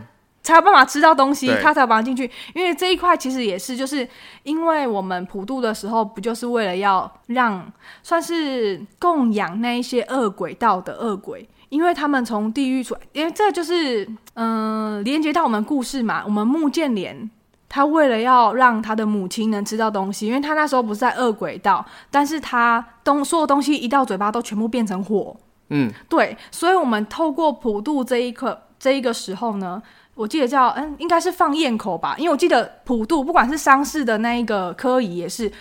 S2: 才有办法吃到东西，
S1: 对
S2: 他才有办法进去。因为这一块其实也是，就是因为我们普渡的时候，不就是为了要让算是供养那一些恶鬼道的恶鬼。因为他们从地狱出来，因为这就是嗯、呃连接到我们故事嘛。我们穆建莲，他为了要让他的母亲能吃到东西，因为他那时候不是在恶鬼道，但是他东所有东西一到嘴巴都全部变成火，
S1: 嗯，
S2: 对，所以我们透过普渡这一刻这一个时候呢，我记得叫嗯，应该是放焰口吧，因为我记得普渡不管是丧事的那一个科仪也是，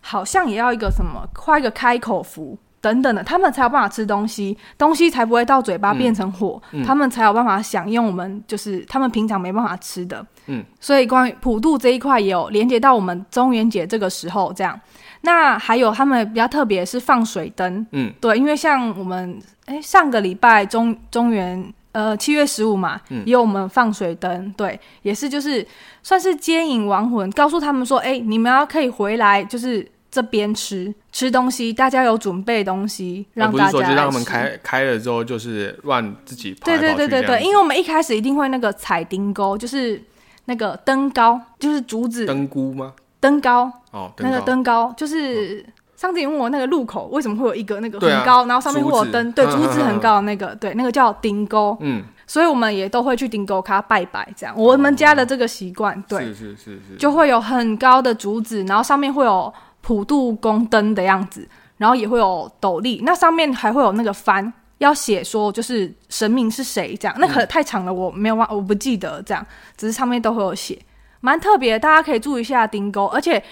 S2: 好像也要一个什么画一个开口符。等等的，他们才有办法吃东西，东西才不会到嘴
S1: 嗯
S2: 巴变成火，他们才有办法享用我们就是他们平常没办法吃的。
S1: 嗯，
S2: 所以关于普渡这一块也有连接到我们中元节这个时候这样。那还有他们比较特别是放水灯，
S1: 嗯，
S2: 对，因为像我们哎，上个礼拜中中原呃七月十五嘛，
S1: 嗯
S2: 也有我们放水灯，对，也是就是算是接引亡魂，告诉他们说，哎、你们要可以回来，就是这边吃吃东西，大家有准备东西，让
S1: 而不是
S2: 大家
S1: 说就
S2: 来
S1: 让他们
S2: 吃
S1: 开开了之后就是乱自己跑
S2: 对
S1: 来跑
S2: 对
S1: 去
S2: 对对
S1: 这样
S2: 对，
S1: 子
S2: 因为我们一开始一定会那个踩钉钩，就是那个登高，就是竹子
S1: 灯菇吗？
S2: 登高，
S1: 哦，
S2: 那个
S1: 糕
S2: 登高就是。上次你问我那个路口为什么会有一个那个
S1: 嗯对啊
S2: 很高，然后上面会有
S1: 竹子
S2: 灯，对，
S1: 嗯
S2: 竹子
S1: 嗯嗯
S2: 很
S1: 嗯
S2: 高的那个，对，那个叫钉钩。
S1: 嗯，
S2: 所以我们也都会去顶沟咖拜拜，这样我们家的这个习惯，对，
S1: 是是是是，
S2: 就会有很高的竹子，然后上面会有普渡宫灯的样子，然后也会有斗笠，那上面还会有那个幡，要写说就是神明是谁这样，那
S1: 嗯
S2: 可太长了，我没有忘，我不记得这样，只是上面都会有写，蛮特别的，大家可以注意一下丁沟，而且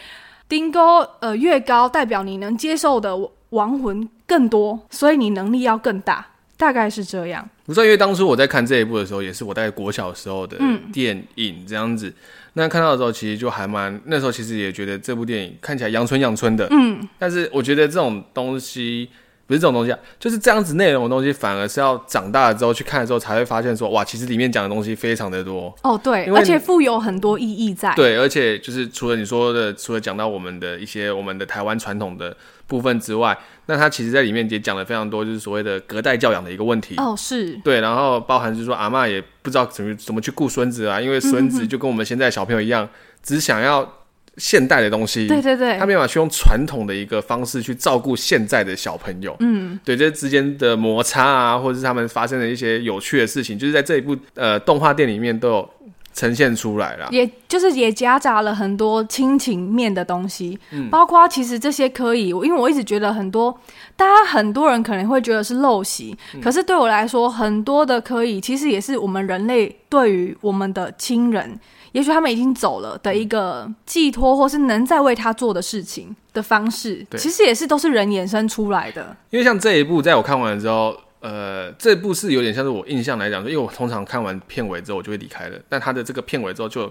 S2: 丁沟呃越高，代表你能接受的亡魂更多，所以你能力要更大，大概是这样。
S1: 不知道，因为当初我在看这一部的时候，也是我大概国小时候的
S2: 嗯
S1: 电影这样子。那看到的时候，其实就还蛮那时候，其实也觉得这部电影看起来阳春阳春的，嗯。但是我觉得这种东西不是这种东西啊，就是这样子内容的东西，反而是要长大了之后去看的时候，才会发现说，哇，其实里面讲的东西非常的多。
S2: 哦，对，
S1: 因为
S2: 而且
S1: 你
S2: 富有很多意义在。
S1: 对，而且就是除了你说的，除了讲到我们的一些我们的台湾传统的部分之外，那它其实在里面也讲了非常多，就是所谓的隔代教养的一个问题。
S2: 哦，是，
S1: 对，然后包含就是说阿嬷也不知道怎么怎么去顾孙子啊，因为孙
S2: 嗯
S1: 子就跟我们现在小朋友一样，只想要现代的东西，
S2: 对对对
S1: 他，没有办法去用传统的一个方式去照顾现在的小朋友。嗯，对，这之间的摩擦啊，或者是他们发生的一些有趣的事情，就是在这一部呃动画电里面都有呈现出来啦。
S2: 也就是也夹杂了很多亲情面的东西，包括其实这些可以，因为我一直觉得很多，大家很多人可能会觉得是陋习，可是对我来说，很多的可以其实也是我们人类对于我们的亲人，也许他们已经走了的一个寄托，或是能再为他做的事情的方式，
S1: 对
S2: 其实也是都是人衍生出来的。
S1: 因为像这一部，在我看完了之后，呃，这部是有点像是我印象来讲，因为我通常看完片尾之后我就会离开了，但他的这个片尾之后就。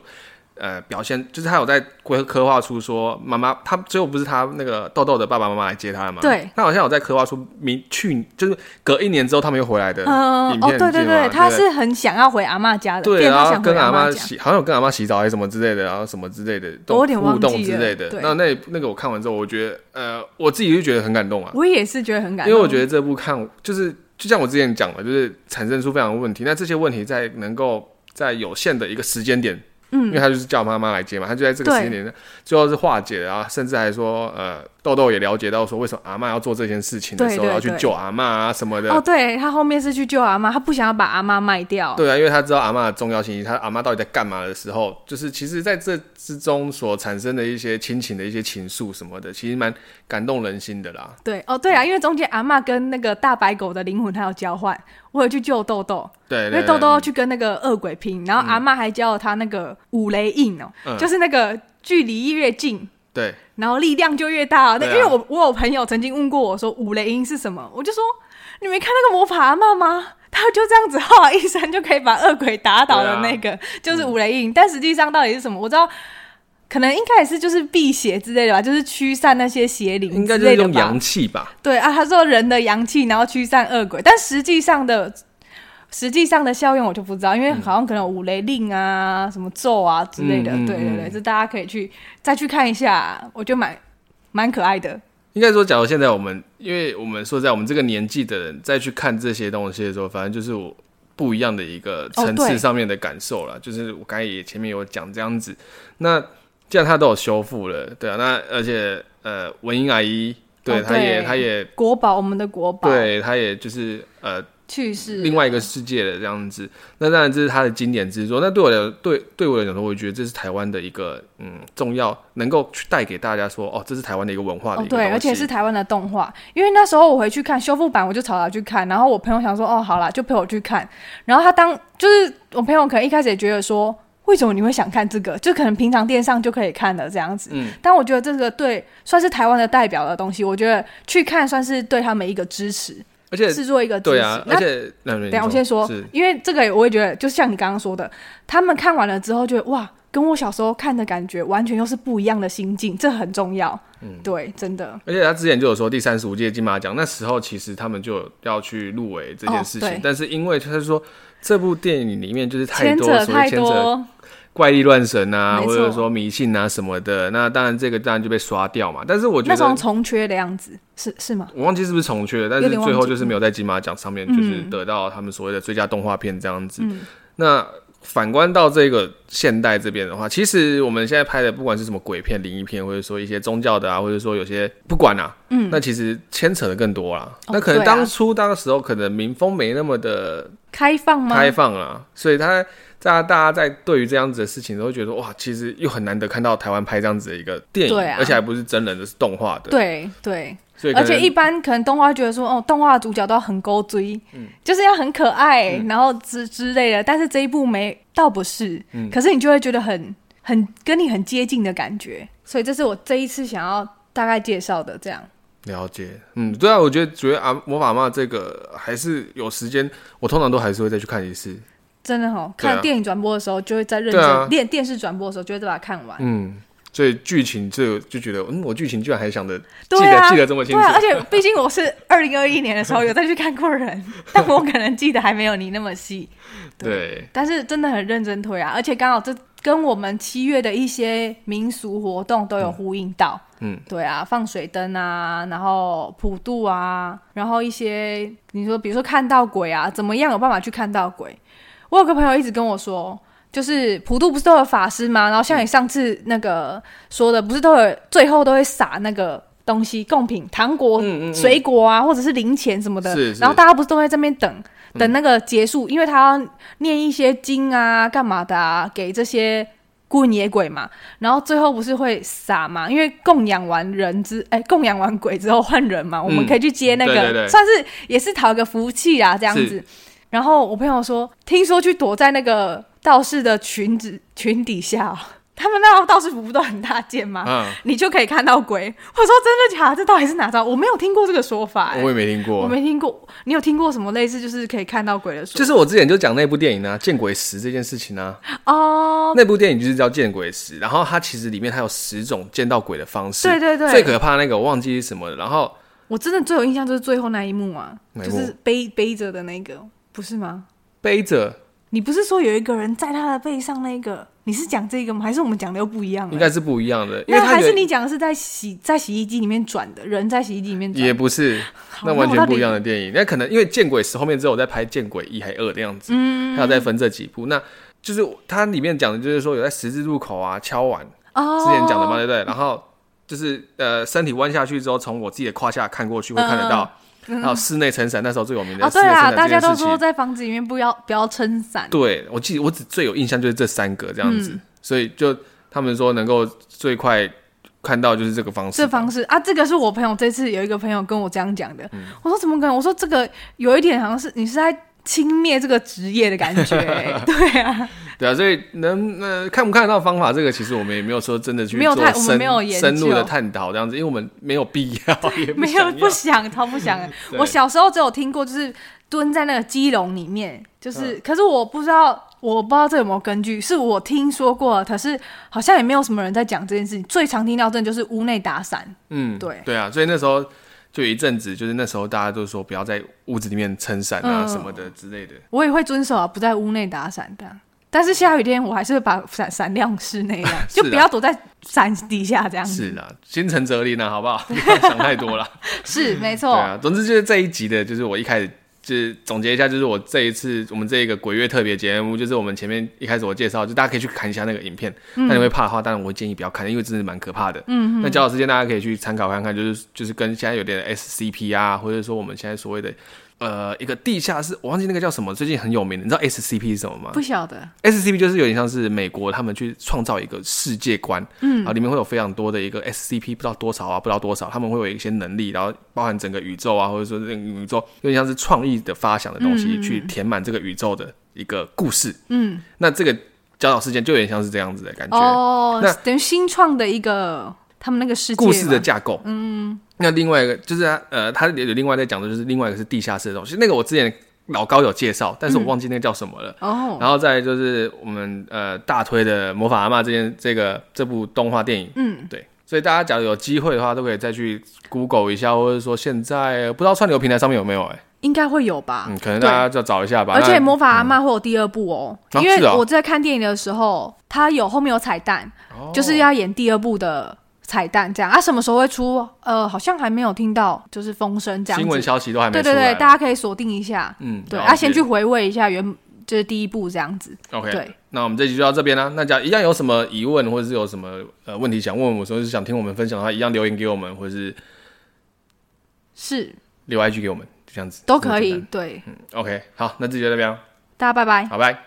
S1: 呃，表现就是他有在刻刻画出说，妈妈他最后不是他那个豆豆的爸爸妈妈来接他了嘛？
S2: 对。
S1: 他好像有在刻画出明去就是隔一年之后他们又回来的
S2: 嗯、
S1: 影
S2: 哦，
S1: 片，
S2: 对
S1: 记
S2: 对
S1: 得吗
S2: 对，他是很想要回阿嬷家的，
S1: 对，
S2: 变
S1: 然
S2: 成他
S1: 后
S2: 想回
S1: 跟
S2: 阿
S1: 阿
S2: 嬷
S1: 妈
S2: 家。
S1: 洗，好像有跟阿妈洗澡还是什么之类的，然后什么之类的，
S2: 我有点忘
S1: 互动
S2: 记
S1: 之
S2: 了
S1: 类的
S2: 对。
S1: 那那那个我看完之后，我觉得呃，我自己就觉得很感动啊。
S2: 我也是觉得很感动，
S1: 因为我觉得这部看就是就像我之前讲的，就是产生出非常多问题。那这些问题在能够在有限的一个时间点，因为
S2: 嗯，
S1: 他就是叫妈妈来接嘛，他就在这个时间点，最后是化解了，然后甚至还说，呃，豆豆也了解到说为什么阿嬷要做这件事情的
S2: 对
S1: 时候
S2: 对
S1: 要去
S2: 对
S1: 救阿嬷啊什么的，
S2: 哦，对他后面是去救阿妈，他不想要把阿妈卖掉。
S1: 对啊，因为他知道阿嬷的重要性，他阿嬷到底在干嘛的时候，就是其实在这之中所产生的一些亲情的一些情愫什么的，其实蛮感动人心的啦。
S2: 对哦，对啊，因为中间阿嬷跟那个大白狗的灵魂它有交换，我有去救豆豆，
S1: 对，
S2: 因
S1: 对
S2: 为
S1: 对
S2: 豆豆要去跟那个恶鬼拼，然后阿嬷还教了他那个五雷印哦，
S1: 嗯
S2: 就是那个距离越近，
S1: 对
S2: 然后力量就越大。那、
S1: 对啊
S2: 因为我我有朋友曾经问过我说五雷音是什么，我就说你没看那个魔法阿嬷吗？他就这样子吼一声就可以把恶鬼打倒的那
S1: 啊
S2: 个，就是五雷
S1: 嗯
S2: 印。但实际上到底是什么，我知道。可能应该也是就是辟邪之类的吧，就是驱散那些邪灵之
S1: 应该就是
S2: 类的
S1: 用
S2: 吧
S1: 阳气吧，
S2: 对啊，他说人的阳气，然后驱散恶鬼，但实际上的实际上的效用我就不知道，因为好像可能有五雷令啊、什么咒啊之类的。
S1: 嗯嗯
S2: 对对对，
S1: 嗯
S2: 这大家可以去再去看一下，我觉得蛮蛮可爱的。
S1: 应该说，假如现在我们，因为我们说在我们这个年纪的人再去看这些东西的时候，反正就是我不一样的一个层
S2: 哦
S1: 次
S2: 对
S1: 上面的感受啦。就是我刚才也前面有讲这样子，那既然他都有修复了，对啊，那而且呃，文英阿姨，对，
S2: 哦
S1: 她也
S2: 对
S1: 她也
S2: 国宝，我们的国宝，
S1: 对，她也就是呃，
S2: 去世。
S1: 另外一个世界的这样子。那当然这是他的经典之作。那对我来对对我来讲说，我觉得这是台湾的一个嗯重要，能够去带给大家说哦，这是台湾的一个文化的
S2: 哦
S1: 一，个东西。
S2: 对，而且是台湾的动画，因为那时候我回去看修复版，我就吵他去看，然后我朋友想说，哦，好啦，就陪我去看。然后他当就是我朋友可能一开始也觉得说，为什么你会想看这个？就可能平常电视上就可以看的这样子。
S1: 嗯，
S2: 但我觉得这个对算是台湾的代表的东西，我觉得去看算是对他们一个支持，
S1: 而且
S2: 是做一个支
S1: *laughs*
S2: 持。
S1: 对啊，
S2: 那
S1: 而且那
S2: 等
S1: 等
S2: 一下我先说
S1: 是，
S2: 因为这个我也觉得，就像你刚刚说的，他们看完了之后觉得哇，跟我小时候看的感觉完全又是不一样的心境，这很重要。嗯，对，真的。
S1: 而且他之前就有说第三十五届金马奖那时候，其实他们就有要去入围这件事情，
S2: 哦对
S1: 但是因为他是说这部电影里面就是太
S2: 牵
S1: 多
S2: 扯
S1: 所谓
S2: 太
S1: 牵扯
S2: 多，
S1: 怪力乱神啊，
S2: 没
S1: 或
S2: 错
S1: 者说迷信啊什么的，那当然这个当然就被刷掉嘛。但是我觉
S2: 那时候
S1: 得
S2: 重缺的样子，是是吗？
S1: 我忘记是不是重缺了，但
S2: 有
S1: 是
S2: 点忘
S1: 最
S2: 记嗯
S1: 后就是没有在金马奖上面就是得到他们所谓的最佳动画片这样子。那反观到这个现代这边的话，其实我们现在拍的不管是什么鬼片、灵异片，或者说一些宗教的啊，或者说有些不管啊，嗯，那其实牵扯的更多啦。
S2: 哦
S1: 那可能
S2: 对啊
S1: 当初、当时候可能民风没那么的
S2: 开放吗？
S1: 开放啦，所以他在大家在对于这样子的事情都会觉得哇，其实又很难得看到台湾拍这样子的一个电影，
S2: 对啊
S1: 而且还不是真人的，是动画的，，
S2: 对对，
S1: 所以可
S2: 而
S1: 能
S2: 且一般可能动画觉得说，哦，动画主角都要很勾追，
S1: 嗯
S2: 就是要很可爱，然后之之类的。但是这一部没，倒不是，
S1: 嗯
S2: 可是你就会觉得很很跟你很接近的感觉。所以这是我这一次想要大概介绍的，这样
S1: 了解，嗯，对啊，我觉得觉得啊，魔法妈这个还是有时间，我通常都还是会再去看一次，
S2: 真的哦，
S1: 对啊
S2: 看电影转播的时候就会在认
S1: 对啊
S2: 真，电、电视转播的时候就会再把它看完。
S1: 嗯，所以剧情就就觉得，嗯，我剧情居然还想的记
S2: *laughs* 对
S1: 得、
S2: 啊，
S1: 记得这么清
S2: 对
S1: 楚，
S2: 啊，而且毕竟我是二零二一年的时候有再去看
S1: *laughs*
S2: 过人，但我可能记得还没有你那么细。
S1: 对，
S2: 但是真的很认真推啊，而且刚好这跟我们七月的一些民俗活动都有呼应到。
S1: 嗯，
S2: 对啊，放水灯啊，然后普渡啊，然后一些你说比如说看到鬼啊，怎么样有办法去看到鬼？我有个朋友一直跟我说。就是普渡不是都有法师吗？然后像你上次那个说的，不是都有最后都会撒那个东西贡品、糖果、
S1: 嗯嗯嗯
S2: 水果啊，或者是零钱什么的。
S1: 是是嗯
S2: 然后大家不是都会在那边等等那个结束，因为他要念一些经啊，干嘛的啊，给这些孤野鬼嘛。然后最后不是会撒嘛？因为供养完人之，哎、供养完鬼之后换人嘛，我们可以去接那个，
S1: 嗯对对对
S2: 算是也是讨个福气啦，这样子
S1: 是。
S2: 然后我朋友说，听说去躲在那个道士的裙子裙底下、哦，他们那道士服不都很大件吗？
S1: 嗯，
S2: 你就可以看到鬼。我说真的假的？这到底是哪招？我没有听过这个说法、哎
S1: 我也没听
S2: 我
S1: 过。
S2: 没听过，你有听过什么类似就是可以看到鬼的说？
S1: 就是我之前就讲那部电影啊，《见鬼石》这件事情啊，
S2: 哦，
S1: 那部电影就是叫《见鬼石》，然后它其实里面它有十种见到鬼的方式，
S2: 对对对
S1: 最可怕那个我忘记是什么了，然后
S2: 我真的最有印象就是最后那一幕啊，
S1: 哪一
S2: 就
S1: 幕
S2: 是背背着的那个，不是吗？
S1: 背着
S2: 你不是说有一个人在他的背上那个？你是讲这个吗？还是我们讲的又不一样了？
S1: 应该是不一样的，因为
S2: 那
S1: 它
S2: 还
S1: 有
S2: 是你讲的是在洗在洗衣机里面转的人在洗衣机里面
S1: 也
S2: 转，
S1: 不是，
S2: 好
S1: 那
S2: 那
S1: 完
S2: 我
S1: 全
S2: 到
S1: 不一
S2: 底
S1: 样的电影。那可能因为《见鬼十》后面之后，我再拍《见鬼一》还二的样子，嗯，他有再分这几部。那就是它里面讲的就是说有在十字路口啊敲碗，
S2: 哦，
S1: 之前讲的嘛，对不对？然后就是呃，身体弯下去之后，从我自己的胯下看过去会看得到。然后室内撑伞，那时候最有名的
S2: 嗯哦，
S1: 室内
S2: 对
S1: 撑
S2: 啊，
S1: 伞
S2: 大
S1: 这
S2: 家
S1: 件
S2: 都
S1: 事
S2: 说
S1: 情。
S2: 在房子里面不要不要撑伞，
S1: 对，我记得我只最有印象就是这三个这样子，
S2: 嗯
S1: 所以就他们说能够最快看到就是这个方式。
S2: 这方式啊，这个是我朋友这次有一个朋友跟我这样讲
S1: 嗯
S2: 的，我说怎么可能？我说这个有一点好像是你是在轻蔑这个职业的
S1: *laughs*
S2: 感觉、对啊，
S1: 对啊，所以能呃看不看得到方法，这个其实我们也没有说真的去
S2: 没有
S1: 做
S2: 太我们
S1: 深
S2: 没有研
S1: 深入的
S2: 究
S1: 探讨这样子，因为我们没有必要，也不
S2: 没有
S1: 想
S2: 不
S1: 要
S2: 想，超不想的。
S1: *laughs* 对
S2: 我小时候只有听过，就是蹲在那个鸡笼里面，就是，
S1: 嗯
S2: 可是我不知道，我不知道这有没有根据，是我听说过，可是好像也没有什么人在讲这件事情。最常听到真的就是屋内打伞，
S1: 嗯，
S2: 对
S1: 对啊，所以那时候就有一阵子，就是那时候大家都说不要在屋子里面撑伞啊
S2: 嗯
S1: 什么的之类的。
S2: 我也会遵守啊，不在屋内打伞这样。但是下雨天我还是会把伞伞
S1: *laughs*
S2: 晾室内这样，
S1: 是啊
S2: 就不要躲在伞底下这样子。
S1: 是啊，心诚则灵啊，好不 *laughs* 好？不要想太多了。
S2: 是没
S1: 对
S2: 错，
S1: 啊，总之就是这一集的，就是我一开始。就是总结一下，就是我这一次我们这个鬼月特别节目，就是我们前面一开始我介绍，就大家可以去看一下那个影片。那你会怕的话，当然我会建议不要看，因为真的蛮可怕的。嗯，那交友时间大家可以去参考看看，就是就是跟现在有点 SCP 啊，或者说我们现在所谓的呃一个地下室，我忘记那个叫什么，最近很有名的，你知道 SCP 是什么吗？
S2: 不晓得
S1: SCP 就是有点像是美国他们去创造一个世界观，嗯，啊，里面会有非常多的一个 SCP，不知道多少啊，不知道多少，他们会有一些能力，然后包含整个宇宙啊，或者说这个宇宙有点像是创意的发想的东西，去填满这个宇宙的一个故事，嗯，那这个教导事件就有点像是这样子的感觉，
S2: 哦
S1: 那，
S2: 等于新创的一个他们那个世界
S1: 故事的
S2: 嘛
S1: 架构，嗯，那另外一个就是它呃，他有另外在讲的就是另外一个是地下室的东西，那个我之前老高有介绍，但是我忘记那个叫什么了。
S2: 哦，
S1: 然后再来就是我们呃大推的《魔法阿嬷》这件这个这部动画电影，
S2: 嗯，
S1: 对，所以大家假如有机会的话，都可以再去 Google 一下，或者说现在不知道串流平台上面有没有、哎，
S2: 应该会有吧？
S1: 嗯，可能大家就找一下吧。
S2: 啊而且《
S1: 那
S2: 魔法阿妈》会有第二部哦，
S1: 啊
S2: 因为
S1: 是啊
S2: 我在看电影的时候，他有后面有彩蛋，
S1: 哦
S2: 就是要演第二部的彩蛋这样。啊，什么时候会出？呃，好像还没有听到，就是风声这样
S1: 哦
S2: 子。
S1: 新闻消息都还没
S2: 对
S1: 出来
S2: 对
S1: 啊，
S2: 对，大家可以锁定一下。
S1: 嗯，
S2: 对，
S1: 了
S2: 啊，
S1: 解
S2: 先去回味一下原就是第一部这样子。
S1: OK，
S2: 对，
S1: 那我们这集就到这边啊啦。那假如一样有什么疑问，或者是有什么呃问题想问我们，或者是想听我们分享的话，一样留言给我们，或者是
S2: 是
S1: 留 IG 给我们，就这样子嗯
S2: 都可
S1: 这
S2: 以
S1: 么。
S2: 对，
S1: 简单。OK，好，那这集就到这边啦，啊
S2: 大家拜拜。
S1: 好，拜。